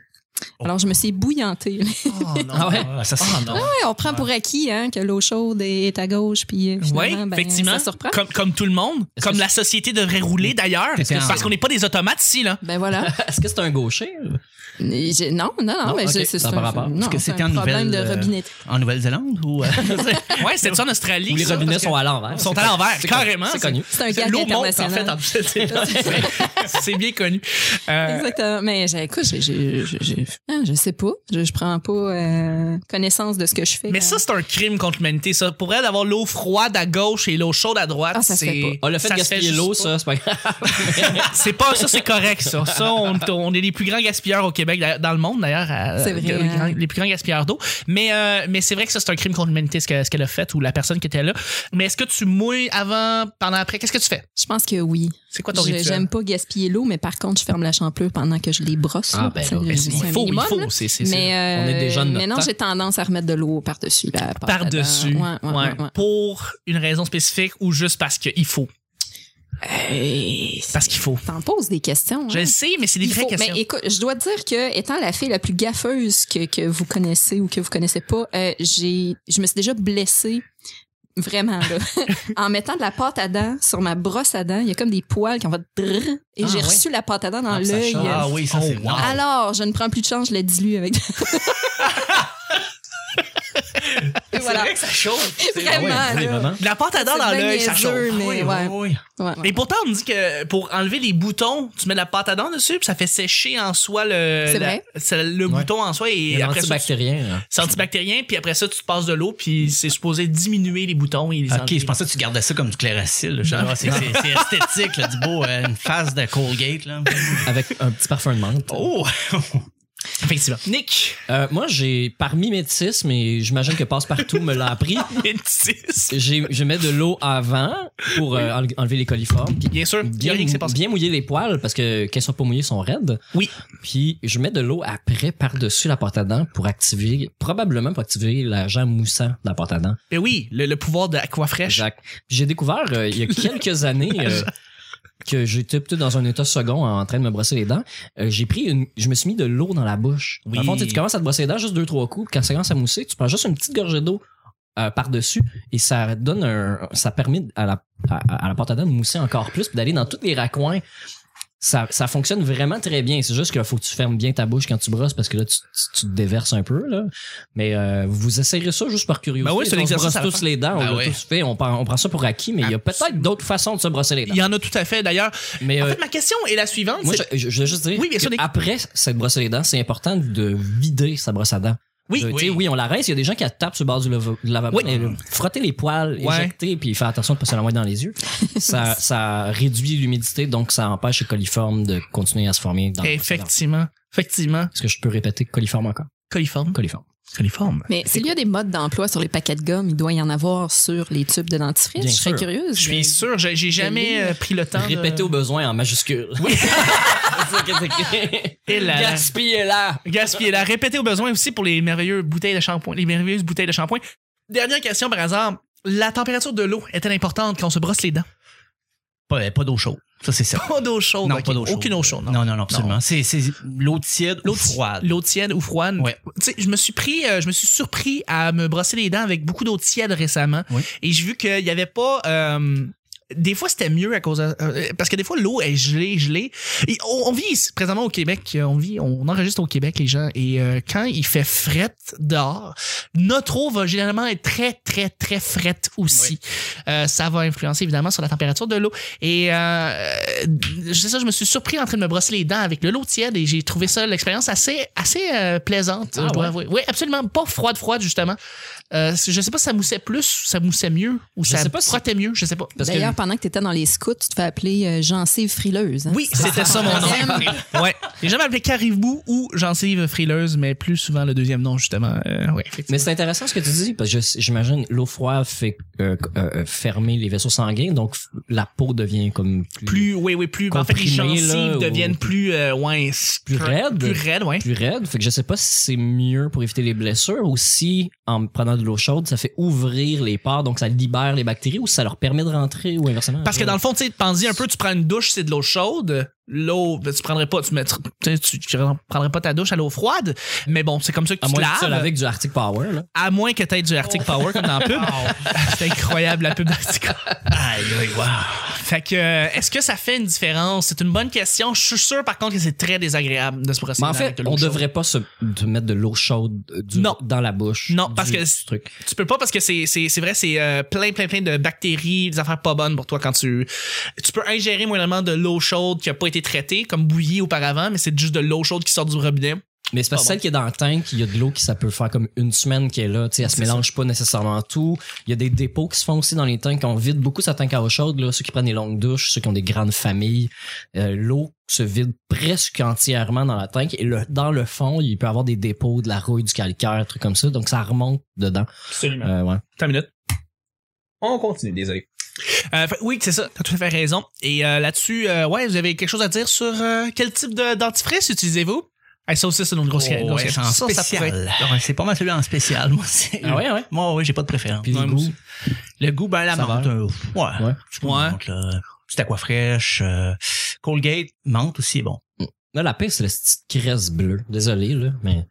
Speaker 1: Oh.
Speaker 2: Alors, je me suis bouillantée. là.
Speaker 4: Ah ouais?
Speaker 3: Ah, ça, c'est-
Speaker 2: Ouais, on prend pour acquis hein, que l'eau chaude est à gauche, puis euh,
Speaker 1: Oui,
Speaker 2: finalement, ben,
Speaker 1: effectivement.
Speaker 2: ça surprend.
Speaker 1: Comme, comme tout le monde,
Speaker 4: Est-ce
Speaker 1: comme
Speaker 4: que
Speaker 1: la société devrait rouler d'ailleurs,
Speaker 3: Est-ce que
Speaker 1: parce
Speaker 3: c'est-
Speaker 1: qu'on n'est pas des automates ici là.
Speaker 2: Ben voilà.
Speaker 4: Est-ce que c'est un gaucher?
Speaker 2: Je- non, non, non,
Speaker 4: Non,
Speaker 2: mais je-
Speaker 4: ok,
Speaker 2: c'est
Speaker 4: ça
Speaker 2: c'est
Speaker 4: a pas
Speaker 2: un,
Speaker 4: rapport.
Speaker 2: non,
Speaker 4: Parce
Speaker 3: que
Speaker 2: c'est
Speaker 3: c'était
Speaker 2: un
Speaker 3: en
Speaker 2: problème
Speaker 3: nouvelle,
Speaker 2: de
Speaker 3: euh,
Speaker 2: robinet.
Speaker 3: En Nouvelle-zélande ou euh,
Speaker 1: Ouais, c'est ça en Australie.
Speaker 4: Où les
Speaker 1: ça,
Speaker 4: robinets
Speaker 1: parce que-
Speaker 4: sont à l'envers.
Speaker 1: sont
Speaker 4: C'est
Speaker 1: à
Speaker 4: con-
Speaker 1: l'envers,
Speaker 4: c'est con-
Speaker 1: carrément.
Speaker 4: C'est connu.
Speaker 2: C'est un
Speaker 1: C'est-
Speaker 2: gag
Speaker 1: L'eau monte en
Speaker 2: international.
Speaker 1: fait. en plus, c'est- c'est- C'est bien connu. Euh,
Speaker 2: Exactement. Mais j'ai- écoute, j'ai- j'ai- j'ai- j'ai- ah, je sais pas. Je, je prends pas euh, connaissance de ce que je fais.
Speaker 1: mais ça, c'est un crime contre l'humanité. Ça pourrait d'avoir l'eau froide à gauche et l'eau chaude à droite.
Speaker 2: Ah, ça se fait
Speaker 1: c'est-
Speaker 4: Ah, le fait
Speaker 1: ça
Speaker 4: de
Speaker 1: se
Speaker 4: gaspiller
Speaker 1: juste
Speaker 4: l'eau,
Speaker 1: pas.
Speaker 4: ça, c'est pas grave.
Speaker 1: C'est pas ça, c'est correct ça. Ça, on, on est les plus grands gaspilleurs au Québec, d'ailleurs, dans le monde d'ailleurs. à-
Speaker 2: C'est vrai,
Speaker 1: Les,
Speaker 2: hein.
Speaker 1: grands- les plus grands gaspilleurs d'eau. Mais euh, mais c'est vrai que ça c'est un crime contre l'humanité ce que- ce qu'elle a fait ou la personne qui était là. Mais est-ce que tu mouilles avant, pendant, après Qu'est-ce que tu fais
Speaker 2: Je pense que oui.
Speaker 1: C'est quoi ton
Speaker 2: Je-
Speaker 1: rituel
Speaker 2: J'aime pas gaspiller l'eau, mais par contre, je ferme la champlure pendant que je les brosse.
Speaker 4: Ah,
Speaker 2: là.
Speaker 4: ben
Speaker 2: Ça,
Speaker 4: là,
Speaker 2: je-
Speaker 1: Mais
Speaker 2: c'est
Speaker 1: c'est-
Speaker 2: un
Speaker 1: Il faut, il
Speaker 2: minimum, là.
Speaker 1: faut. c'est- c'est ça.
Speaker 2: Mais, euh,
Speaker 4: On est des gens de notre
Speaker 2: mais non,
Speaker 4: temps.
Speaker 2: j'ai tendance à remettre de l'eau par-dessus. la pâte à dents.
Speaker 1: Par-dessus.
Speaker 2: Ouais, ouais, ouais, ouais.
Speaker 1: Pour une raison spécifique ou juste parce qu'il faut.
Speaker 2: Hey,
Speaker 1: Parce qu'il faut.
Speaker 2: T'en poses des questions.
Speaker 1: Je
Speaker 2: hein.
Speaker 1: le sais, mais c'est des
Speaker 2: Il
Speaker 1: vraies
Speaker 2: faut-
Speaker 1: questions.
Speaker 2: Mais écoute, je dois dire que étant la fille la plus gaffeuse que, que vous connaissez ou que vous connaissez pas, euh, j'ai je me suis déjà blessée vraiment là en mettant de la pâte à dents sur ma brosse à dents, il y a comme des poils qui en vont drrr, et
Speaker 4: Ah,
Speaker 2: j'ai
Speaker 4: ouais.
Speaker 2: reçu la pâte à dents dans
Speaker 4: Ah, ça
Speaker 2: l'œil.
Speaker 4: change.
Speaker 3: Ah oui, ça,
Speaker 1: Oh,
Speaker 3: c'est
Speaker 1: wow.
Speaker 3: non.
Speaker 2: Alors, je ne prends plus de chance, je le dilue avec. et voilà.
Speaker 3: que ça chauffe.
Speaker 2: Vraiment.
Speaker 4: Ah ouais,
Speaker 2: là.
Speaker 4: vraiment.
Speaker 1: La pâte à dents
Speaker 2: C'est
Speaker 1: dans
Speaker 2: bien
Speaker 1: l'œil, ça
Speaker 2: niaiseux,
Speaker 1: chauffe.
Speaker 2: mais
Speaker 3: Oui,
Speaker 2: ouais.
Speaker 3: oui, oui.
Speaker 2: Ouais, ouais.
Speaker 1: Et pourtant, on me dit que pour enlever les boutons, tu mets de la pâte à dents dessus, puis ça fait sécher en soi le,
Speaker 2: C'est
Speaker 1: la-
Speaker 2: vrai.
Speaker 1: ça- le
Speaker 4: Ouais.
Speaker 1: bouton en soi.
Speaker 4: Il
Speaker 1: Et
Speaker 4: y a
Speaker 1: après ça, tu-
Speaker 4: l'antibactérien. hein.
Speaker 1: c'est antibactérien, puis après ça, tu te passes de l'eau, puis c'est supposé diminuer les boutons et les
Speaker 3: Ok,
Speaker 1: enlever.
Speaker 3: je pensais que tu gardais ça comme du clairacil. là. Je sais pas, C'est c'est- c'est esthétique, là, du beau, euh, une face de Colgate. Là.
Speaker 4: Avec un petit parfum de menthe.
Speaker 3: Oh!
Speaker 1: Effectivement. Nick,
Speaker 4: Euh, moi, j'ai, par mimétisme, et j'imagine que passe-partout me l'a appris,
Speaker 1: une six.
Speaker 4: j'ai- je mets de l'eau avant pour euh, enle- enlever les coliformes. Puis
Speaker 1: Bien sûr, il y a
Speaker 4: bien,
Speaker 1: rien qui s'est passé.
Speaker 4: bien mouiller les poils parce que qu'elles sont pas mouillées elles sont raides.
Speaker 1: Oui.
Speaker 4: Puis je mets de l'eau après par-dessus la porte à dents pour activer probablement pour activer l'agent moussant de la porte à dents.
Speaker 1: Mais oui, le, le pouvoir de Aqua Fraîche.
Speaker 4: Jacques. J'ai découvert euh, il y a quelques années euh, que j'étais peut-être dans un état second en train de me brosser les dents. Euh, j'ai pris une, je me suis mis de l'eau dans la bouche.
Speaker 1: Oui.
Speaker 4: Dans le fond, tu sais, tu commences à te brosser les dents juste deux trois coups, puis quand ça commence à mousser, tu prends juste une petite gorgée d'eau euh, par-dessus et ça donne un, ça permet à la à, à la porte à dents de mousser encore plus, puis d'aller dans tous les raccoins. Ça, ça fonctionne vraiment très bien. C'est juste qu'il faut que tu fermes bien ta bouche quand tu brosses parce que là, tu, tu- tu te déverses un peu. Là. Mais euh, vous essayerez ça juste par curiosité.
Speaker 1: Ben oui, c'est un
Speaker 4: on se
Speaker 1: exercice
Speaker 4: brosse
Speaker 1: à
Speaker 4: tous les dents.
Speaker 3: Ben
Speaker 4: on l'a
Speaker 3: ouais.
Speaker 4: tous fait. On prend, on prend ça pour acquis, mais il y a peut-être d'autres façons de se brosser les dents.
Speaker 1: Il y en a tout à fait. D'ailleurs,
Speaker 4: Mais
Speaker 1: en
Speaker 4: euh,
Speaker 1: fait, ma question est la suivante.
Speaker 4: moi,
Speaker 1: c'est-
Speaker 4: je, je- je veux juste dire,
Speaker 1: Oui, bien sûr,
Speaker 4: que
Speaker 1: des-
Speaker 4: après s'être brossé les dents, c'est important de vider sa brosse à dents.
Speaker 1: Oui,
Speaker 4: Euh, tu sais,
Speaker 1: oui.
Speaker 4: oui, on la rince. Il y a des gens qui la tapent sur le bord du lava- du lavabo.
Speaker 1: Oui.
Speaker 4: mais, euh, frotter les poils,
Speaker 1: Ouais.
Speaker 4: éjecter, puis faire attention de pas se la mettre dans les yeux. ça, ça réduit l'humidité, donc ça empêche les coliformes de continuer à se former dans le brosse à dents.
Speaker 1: Effectivement. Effectivement.
Speaker 4: Est-ce que je peux répéter coliforme encore?
Speaker 1: Coliforme.
Speaker 4: Coliforme.
Speaker 1: Coliforme.
Speaker 2: Mais s'il y a des modes d'emploi sur les paquets de gomme, il doit y en avoir sur les tubes de dentifrice.
Speaker 4: Bien
Speaker 2: je serais
Speaker 4: sûr.
Speaker 2: curieuse.
Speaker 1: Je suis sûr, j'ai j'ai jamais euh, pris le temps. de-
Speaker 4: Répétez au besoin en majuscule.
Speaker 1: Oui.
Speaker 4: C'est ça que
Speaker 1: Et là, là.
Speaker 4: Gaspiller là.
Speaker 1: Gaspiller la répéter au besoin aussi pour les merveilleuses bouteilles de shampoing, les merveilleuses bouteilles de shampoing. Dernière question par hasard, la température de l'eau est-elle importante quand on se brosse les dents
Speaker 3: Pas, pas d'eau chaude. Ça, c'est ça.
Speaker 1: Pas d'eau chaude,
Speaker 3: Non,
Speaker 1: Oh, ok.
Speaker 3: pas d'eau chaude.
Speaker 1: aucune eau chaude. non.
Speaker 3: Non, non, non, absolument. C'est c'est l'eau tiède ou
Speaker 1: L'eau ti-
Speaker 3: froide.
Speaker 1: L'eau tiède ou froide.
Speaker 3: Ouais.
Speaker 1: Tu sais, je me suis pris, euh, je me suis surpris à me brosser les dents avec beaucoup d'eau tiède récemment.
Speaker 3: Oui.
Speaker 1: Et j'ai vu qu'il y avait pas. euh, des fois, c'était mieux à cause. euh, euh, parce que des fois, l'eau est gelée, gelée. Et on, on vit ici, présentement au Québec. euh, On vit, on enregistre au Québec, les gens. Et euh, quand il fait fret dehors, notre eau va généralement être très, très, très frette aussi. Euh, ça va influencer évidemment sur la température de l'eau. Et euh, euh, je sais ça, je me suis surpris en train de me brosser les dents avec le lot tiède et j'ai trouvé ça l'expérience assez assez euh, plaisante.
Speaker 4: Ah
Speaker 1: je dois
Speaker 4: ouais?
Speaker 1: avouer. Oui, absolument pas froide froide justement. Euh, je sais pas si ça moussait plus, ça moussait mieux ou
Speaker 4: Je
Speaker 1: ça
Speaker 4: sais pas si-
Speaker 1: frottait mieux, je sais pas.
Speaker 4: Parce que-
Speaker 2: D'ailleurs, pendant que tu étais dans les scouts, tu te fais appeler euh, gencive frileuse. hein?
Speaker 1: Oui, c'était ça mon nom. ouais. Les gens m'appelaient Caribou ou gencive frileuse, mais plus souvent le deuxième nom justement. Euh, ouais,
Speaker 4: Mais
Speaker 1: effectivement.
Speaker 4: c'est intéressant ce que tu dis, parce que je- j'imagine l'eau froide fait euh, euh, fermer les vaisseaux sanguins, donc f- la peau devient comme plus,
Speaker 1: plus oui oui plus en fait les
Speaker 4: Comprimé,
Speaker 1: gencives
Speaker 4: là, ou-
Speaker 1: deviennent plus euh, ouais
Speaker 4: plus raide.
Speaker 1: plus raides ouais.
Speaker 4: plus raide. Fait que je sais pas si c'est mieux pour éviter les blessures ou si, en prenant de l'eau chaude, ça fait ouvrir les pores, donc ça libère les bactéries ou ça leur permet de rentrer ou inversement.
Speaker 1: Parce que dans le fond, tu sais, pense-y un peu, tu prends une douche, c'est de l'eau chaude. L'eau, ben, tu prendrais pas, tu, mets- tu, sais, tu- tu prendrais pas ta douche à l'eau froide. Mais bon, c'est comme ça que
Speaker 4: à
Speaker 1: tu te
Speaker 4: moins que
Speaker 1: laves.
Speaker 4: tu te laves avec Oh. du Arctic Power, là.
Speaker 1: À moins que tu aies du Arctic Power comme dans la pub. c'est incroyable la pub d'Arctic
Speaker 3: Aïe, aïe, wow.
Speaker 1: Fait que, euh, est-ce que ça fait une différence? C'est une bonne question. Je suis sûr, par contre, que c'est très désagréable de se brosser
Speaker 4: Mais en
Speaker 1: les dents avec de
Speaker 4: fait,
Speaker 1: l'eau
Speaker 4: on
Speaker 1: chaude.
Speaker 4: devrait pas se de mettre de l'eau chaude euh, du-
Speaker 1: Non.
Speaker 4: dans la bouche.
Speaker 1: Non,
Speaker 4: du
Speaker 1: parce que c'est-
Speaker 4: truc.
Speaker 1: Tu peux pas parce que c'est c'est c'est vrai c'est euh, plein plein plein de bactéries, des affaires pas bonnes pour toi quand tu tu peux ingérer moyennement de l'eau chaude qui a pas été traitée comme bouillie auparavant, mais c'est juste de l'eau chaude qui sort du robinet.
Speaker 4: Mais c'est parce que
Speaker 1: Pas
Speaker 4: celle qui est dans le tank, il y a de l'eau qui ça peut faire comme une semaine qui est là. Tu sais, elle se
Speaker 1: C'est
Speaker 4: mélange pas nécessairement tout. Il y a des dépôts qui se font aussi dans les tanks. On vide beaucoup sa tank à eau chaude. Là, ceux qui prennent des longues douches, ceux qui ont des grandes familles. Euh, l'eau se vide presque entièrement dans la tank. Et le, dans le fond, il peut y avoir des dépôts, de la rouille, du calcaire, trucs comme ça. Donc ça remonte dedans.
Speaker 1: Absolument.
Speaker 4: Euh, ouais.
Speaker 1: minute. On continue, désolé. oui, c'est ça, t'as tout à fait raison. Et euh, là-dessus, euh, ouais, vous avez quelque chose à dire sur euh, quel type de dentifrice utilisez-vous? Ah, ça aussi, c'est une grosse,
Speaker 3: Oh,
Speaker 1: grosse
Speaker 3: ouais, c'est en
Speaker 1: ça, ça pourrait
Speaker 3: spécial.
Speaker 1: être-
Speaker 3: Ouais, c'est pas mal celui en spécial, moi. c'est-
Speaker 4: Ah ouais, ouais.
Speaker 3: Moi, ouais, j'ai pas de préférence.
Speaker 4: Puis
Speaker 1: Ouais,
Speaker 4: le
Speaker 1: moi
Speaker 4: goût.
Speaker 1: aussi.
Speaker 3: Le goût, ben, la
Speaker 4: Saveur.
Speaker 3: menthe. euh, ouais.
Speaker 4: Ouais.
Speaker 3: Tu peux
Speaker 1: hein.
Speaker 3: menthe, là. Petite aqua fraîche. euh, Colgate, menthe aussi, bon.
Speaker 4: Là, la pire, c'est la petite cresse bleue. Désolé, là, mais.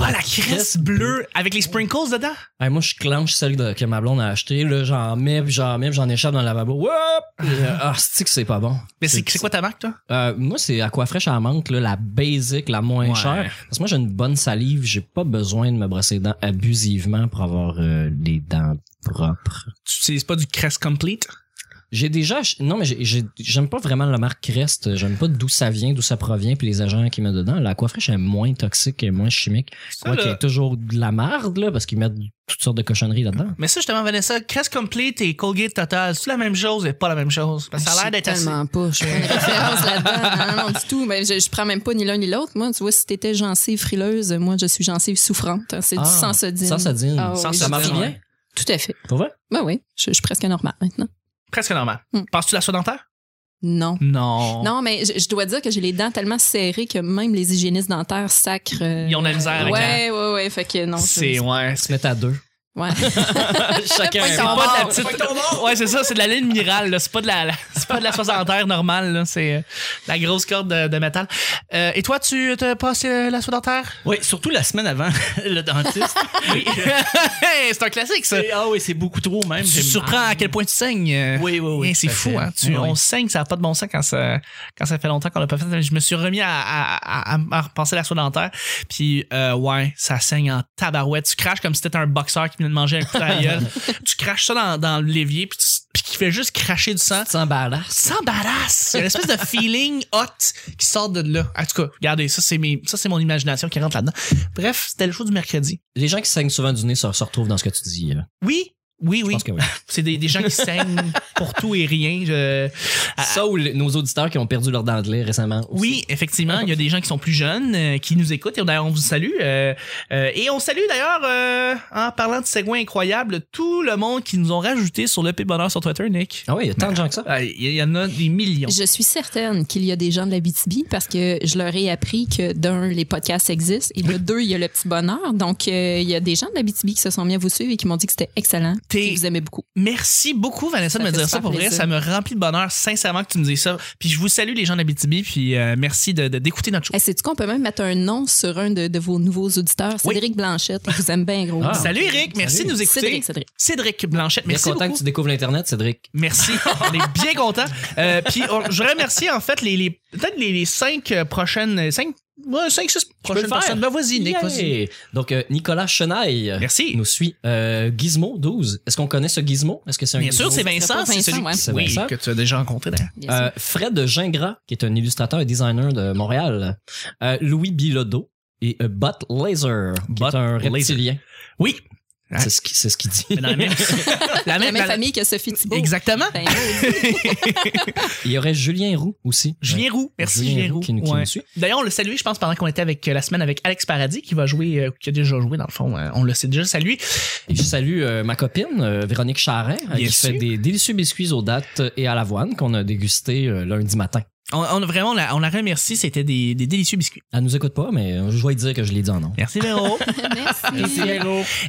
Speaker 1: Ah, la crisse bleue avec les sprinkles dedans?
Speaker 4: Hey, moi, je clenche celle de- que ma blonde a achetée. Là, j'en mets, puis j'en mets, puis j'en échappe dans le lavabo. Whoop! Puis, euh, Ah, c'est que c'est pas bon.
Speaker 1: Mais c'est c'est quoi ta marque, toi?
Speaker 4: Euh, moi, c'est Aquafresh à la menthe, là, la basic, la moins
Speaker 3: Ouais.
Speaker 4: chère. Parce que moi, j'ai une bonne salive. J'ai pas besoin de me brosser les dents abusivement pour avoir euh, des dents propres.
Speaker 1: Tu utilises pas du Crest Complete?
Speaker 4: J'ai déjà... ach- Non, mais j'ai- j'ai- j'aime pas vraiment la marque Crest. J'aime pas d'où ça vient, d'où ça provient, puis les agents qu'il met dedans. L'Aquafresh est moins toxique et moins chimique.
Speaker 1: Ça,
Speaker 4: Quoi qu'il y
Speaker 1: là.
Speaker 4: ait toujours de la marde, là, parce qu'ils mettent toutes sortes de cochonneries là-dedans.
Speaker 1: Mais ça, justement, Vanessa, Crest Complete et Colgate Total, c'est la même chose et pas la même chose? Parce que ça a l'air d'être assez...
Speaker 2: Tellement pas. Je prends une référence là-dedans. Non, non, non, du tout. Mais je, je prends même pas ni l'un ni l'autre. Moi, tu vois, si t'étais gencive frileuse, moi, je suis gencive souffrante. Hein, C'est
Speaker 4: Ah,
Speaker 2: du sensodine.
Speaker 4: Sensodine.
Speaker 2: Ah, oui,
Speaker 1: Sensodine.
Speaker 4: Ça marche
Speaker 1: Ouais.
Speaker 4: bien?
Speaker 2: Tout à fait.
Speaker 4: Pour vrai?
Speaker 2: Ben oui, je, je suis presque normale maintenant.
Speaker 1: Presque normal.
Speaker 2: Hmm.
Speaker 1: Passes-tu la soie dentaire?
Speaker 2: Non.
Speaker 1: Non.
Speaker 2: Non, mais je, je dois dire que j'ai les dents tellement serrées que même les hygiénistes dentaires sacrent. euh,
Speaker 1: Ils ont de la misère avec
Speaker 2: ouais, ouais, ouais. Fait que non.
Speaker 1: la...
Speaker 2: je-
Speaker 1: C'est, ouais,
Speaker 4: Tu te mets à deux.
Speaker 2: Ouais.
Speaker 4: Chacun.
Speaker 2: Pas
Speaker 1: C'est
Speaker 2: ton
Speaker 1: pas de la
Speaker 2: bord.
Speaker 1: petite. Ouais, c'est ça, c'est de la ligne mirale, là. C'est pas de la, la- c'est pas de la soixantaire normale, là. C'est euh, la grosse corde de, de métal. Euh, et toi, tu te passes euh, la soie dentaire?
Speaker 3: Oui, surtout la semaine avant le dentiste. oui.
Speaker 1: Hey, c'est un classique, ça.
Speaker 3: C'est- Ah oui, c'est beaucoup trop même. Eh,
Speaker 1: Tu
Speaker 3: J'ai-
Speaker 1: surprends à quel point tu saignes. euh.
Speaker 3: Oui, oui, oui.
Speaker 1: Hey, c'est
Speaker 3: tout à
Speaker 1: fou,
Speaker 3: fait.
Speaker 1: hein. Tu-
Speaker 3: Oui, oui.
Speaker 1: On saigne, ça n'a pas de bon sens quand ça, quand ça fait longtemps qu'on l'a pas fait. Je me suis remis à, à, à, à- à repenser la soie dentaire. Puis, euh, ouais, ça saigne en tabarouette. Tu craches comme si t'étais un boxeur qui venait de manger un coup de la gueule. tu craches ça dans, dans l'évier, puis, tu- puis qui fait juste cracher du sang.
Speaker 4: Tu te sens badass.
Speaker 1: sans badass. Il y a une espèce de feeling hot qui sort de là. En tout cas, regardez, ça c'est mes, ça c'est mon imagination qui rentre là-dedans. Bref, c'était le show du mercredi.
Speaker 4: Les gens qui saignent souvent du nez se, se retrouvent dans ce que tu dis. là.
Speaker 1: Oui, Oui,
Speaker 4: Je
Speaker 1: oui.
Speaker 4: pense que oui.
Speaker 1: C'est des, des gens qui saignent pour tout et rien. Je- Ah,
Speaker 4: Ça ou les- nos auditeurs qui ont perdu leur dent de lait récemment. aussi.
Speaker 1: Oui, effectivement, il y a des gens qui sont plus jeunes, euh, qui nous écoutent, et d'ailleurs, on vous salue. euh, euh, et on salue d'ailleurs, euh, en parlant de segway incroyable, tout le monde qui nous ont rajouté sur le P Bonheur sur Twitter, Nick.
Speaker 4: Ah oui, il y a tant de gens que ça.
Speaker 1: Ah, Il y en a des millions.
Speaker 2: Je suis certaine qu'il y a des gens de la BTB parce que je leur ai appris que d'un, les podcasts existent et de deux, il y a le petit bonheur. Donc, euh, il y a des gens de la BTB qui se sont mis à vous suivre et qui m'ont dit que c'était excellent.
Speaker 1: T'es-
Speaker 2: Ils vous aimaient beaucoup.
Speaker 1: Merci beaucoup, Vanessa,
Speaker 2: Ça
Speaker 1: de me
Speaker 2: fait
Speaker 1: dire ça.
Speaker 2: super
Speaker 1: Pour vrai,
Speaker 2: plaisir.
Speaker 1: ça me remplit de bonheur, sincèrement, que tu me dises ça. Puis je vous salue, les gens d'Abitibi, puis euh, merci d'écouter de, d'écouter notre show.
Speaker 2: Hey, Eh, Sais-tu qu'on peut même mettre un nom sur un de, de vos nouveaux auditeurs?
Speaker 1: Oui.
Speaker 2: Cédric Blanchette, il vous aime bien gros.
Speaker 4: Ah.
Speaker 1: Salut, Eric. Merci
Speaker 4: Salut.
Speaker 1: de nous écouter.
Speaker 2: Cédric, Cédric.
Speaker 1: Cédric Blanchette, merci
Speaker 4: Bien content
Speaker 1: beaucoup.
Speaker 4: que tu découvres l'Internet, Cédric.
Speaker 1: Merci, on est bien contents. Euh, puis on- je remercie en fait les, les peut-être les, les cinq euh, prochaines, cinq, ouais, cinq, six prochaines
Speaker 4: le faire.
Speaker 1: personnes. Ben vas-y, Nick, vas-y.
Speaker 4: Yay! Donc, euh, Nicolas Chenaille
Speaker 1: Merci.
Speaker 4: nous suit. Euh, Gizmo 12. Est-ce qu'on connaît ce Gizmo? Est-ce que c'est un
Speaker 1: Bien
Speaker 4: Gizmo?
Speaker 1: sûr, c'est
Speaker 2: C'est
Speaker 1: Vincent,
Speaker 2: pas
Speaker 1: c'est
Speaker 2: Vincent,
Speaker 1: celui
Speaker 2: ouais.
Speaker 4: C'est
Speaker 1: oui,
Speaker 4: Vincent.
Speaker 1: que tu as déjà rencontré d'ailleurs.
Speaker 2: Bien sûr.
Speaker 4: Euh, Fred Gingras, qui est un illustrateur et designer de Montréal. Euh, Louis Bilodeau. Et euh, Bot Laser, qui
Speaker 1: Bot
Speaker 4: est un
Speaker 1: Laser.
Speaker 4: reptilien.
Speaker 1: Oui,
Speaker 4: C'est ce qui- c'est ce qu'il dit.
Speaker 1: mais dans la même, la
Speaker 2: la
Speaker 1: même-
Speaker 2: même
Speaker 1: la-
Speaker 2: famille que Sophie Thibault.
Speaker 1: Exactement.
Speaker 2: Ben, oui.
Speaker 4: Il y aurait Julien Roux aussi.
Speaker 1: Julien Roux, merci Julien, Roux.
Speaker 4: Qui, nous- qui
Speaker 1: Ouais.
Speaker 4: nous suit.
Speaker 1: D'ailleurs, on le salue, je pense, pendant qu'on était avec euh, la semaine avec Alex Paradis, qui va jouer, euh, qui a déjà joué dans le fond. hein. on le sait déjà. Salut.
Speaker 4: Et je salue euh, ma copine, euh, Véronique Charret, euh,
Speaker 1: Bien
Speaker 4: qui
Speaker 1: sûr.
Speaker 4: fait des délicieux biscuits aux dattes et à l'avoine qu'on a dégusté euh, lundi matin.
Speaker 1: On, on- vraiment, on la, on la remercie. C'était des, des délicieux biscuits.
Speaker 4: Elle nous écoute pas, mais euh, je dois lui dire que je l'ai dit en nom.
Speaker 1: Merci Véro.
Speaker 2: merci.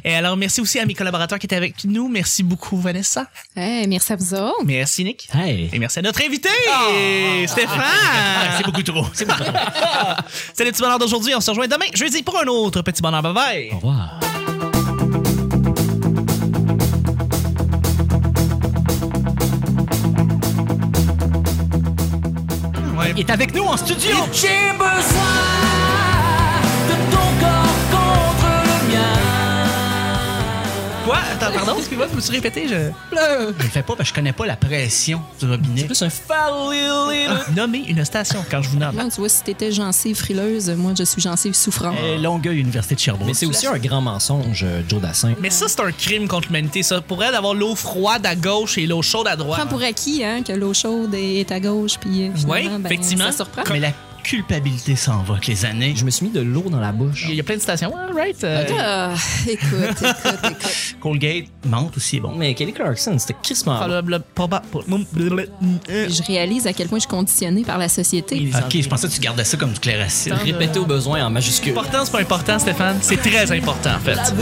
Speaker 1: Et alors, merci aussi à mes collaborateurs qui étaient avec nous. Merci beaucoup Vanessa.
Speaker 2: Hey, merci à vous autres.
Speaker 1: Merci Nick.
Speaker 4: Hey!
Speaker 1: Et merci à notre invité, Stéphane.
Speaker 3: C'est beaucoup trop. C'est beaucoup trop.
Speaker 1: C'est le petit bonheur d'aujourd'hui. On se rejoint demain, jeudi, pour un autre petit bonheur. Bye bye.
Speaker 4: Au revoir.
Speaker 3: Il est avec nous en studio.
Speaker 5: J'ai besoin de ton corps contre le mien.
Speaker 1: Quoi? Attends, pardon, excuse-moi, je me suis répété. Je...
Speaker 3: Je le fais pas parce que je connais pas la pression du robinet. Ah.
Speaker 4: Plus un
Speaker 1: Nommer une station quand je vous nomme.
Speaker 2: Moi, tu vois, si t'étais gencive frileuse, moi, je suis gencive souffrante.
Speaker 3: Euh, Longueuil, Université de Sherbrooke.
Speaker 4: Mais c'est aussi un grand mensonge, euh, Joe Dassin.
Speaker 1: Mais ça, c'est un crime contre l'humanité, ça. Pour elle, d'avoir l'eau froide à gauche et l'eau chaude à droite.
Speaker 2: prend pour acquis hein, que l'eau chaude est à gauche, puis euh, finalement,
Speaker 1: Oui,
Speaker 2: ben,
Speaker 1: effectivement.
Speaker 2: ça surprend.
Speaker 3: Mais la culpabilité s'en va avec les années.
Speaker 4: Je me suis mis de l'eau dans la bouche.
Speaker 1: Il y a plein de stations, hein, right? Euh,
Speaker 2: Ah, écoute, écoute, écoute.
Speaker 3: Colgate, menthe aussi, bon.
Speaker 4: Mais Kelly Clarkson, c'était crissement. bon.
Speaker 1: probable- proba- pro- moum- blablabla- euh,
Speaker 2: Je réalise à quel point je suis conditionnée par la société.
Speaker 1: les
Speaker 3: Ah, Ok, je pensais que tu gardais ça comme du clairacile.
Speaker 4: Répéter au besoin en majuscule.
Speaker 1: Important, c'est pas important, Stéphane. C'est très important, en fait.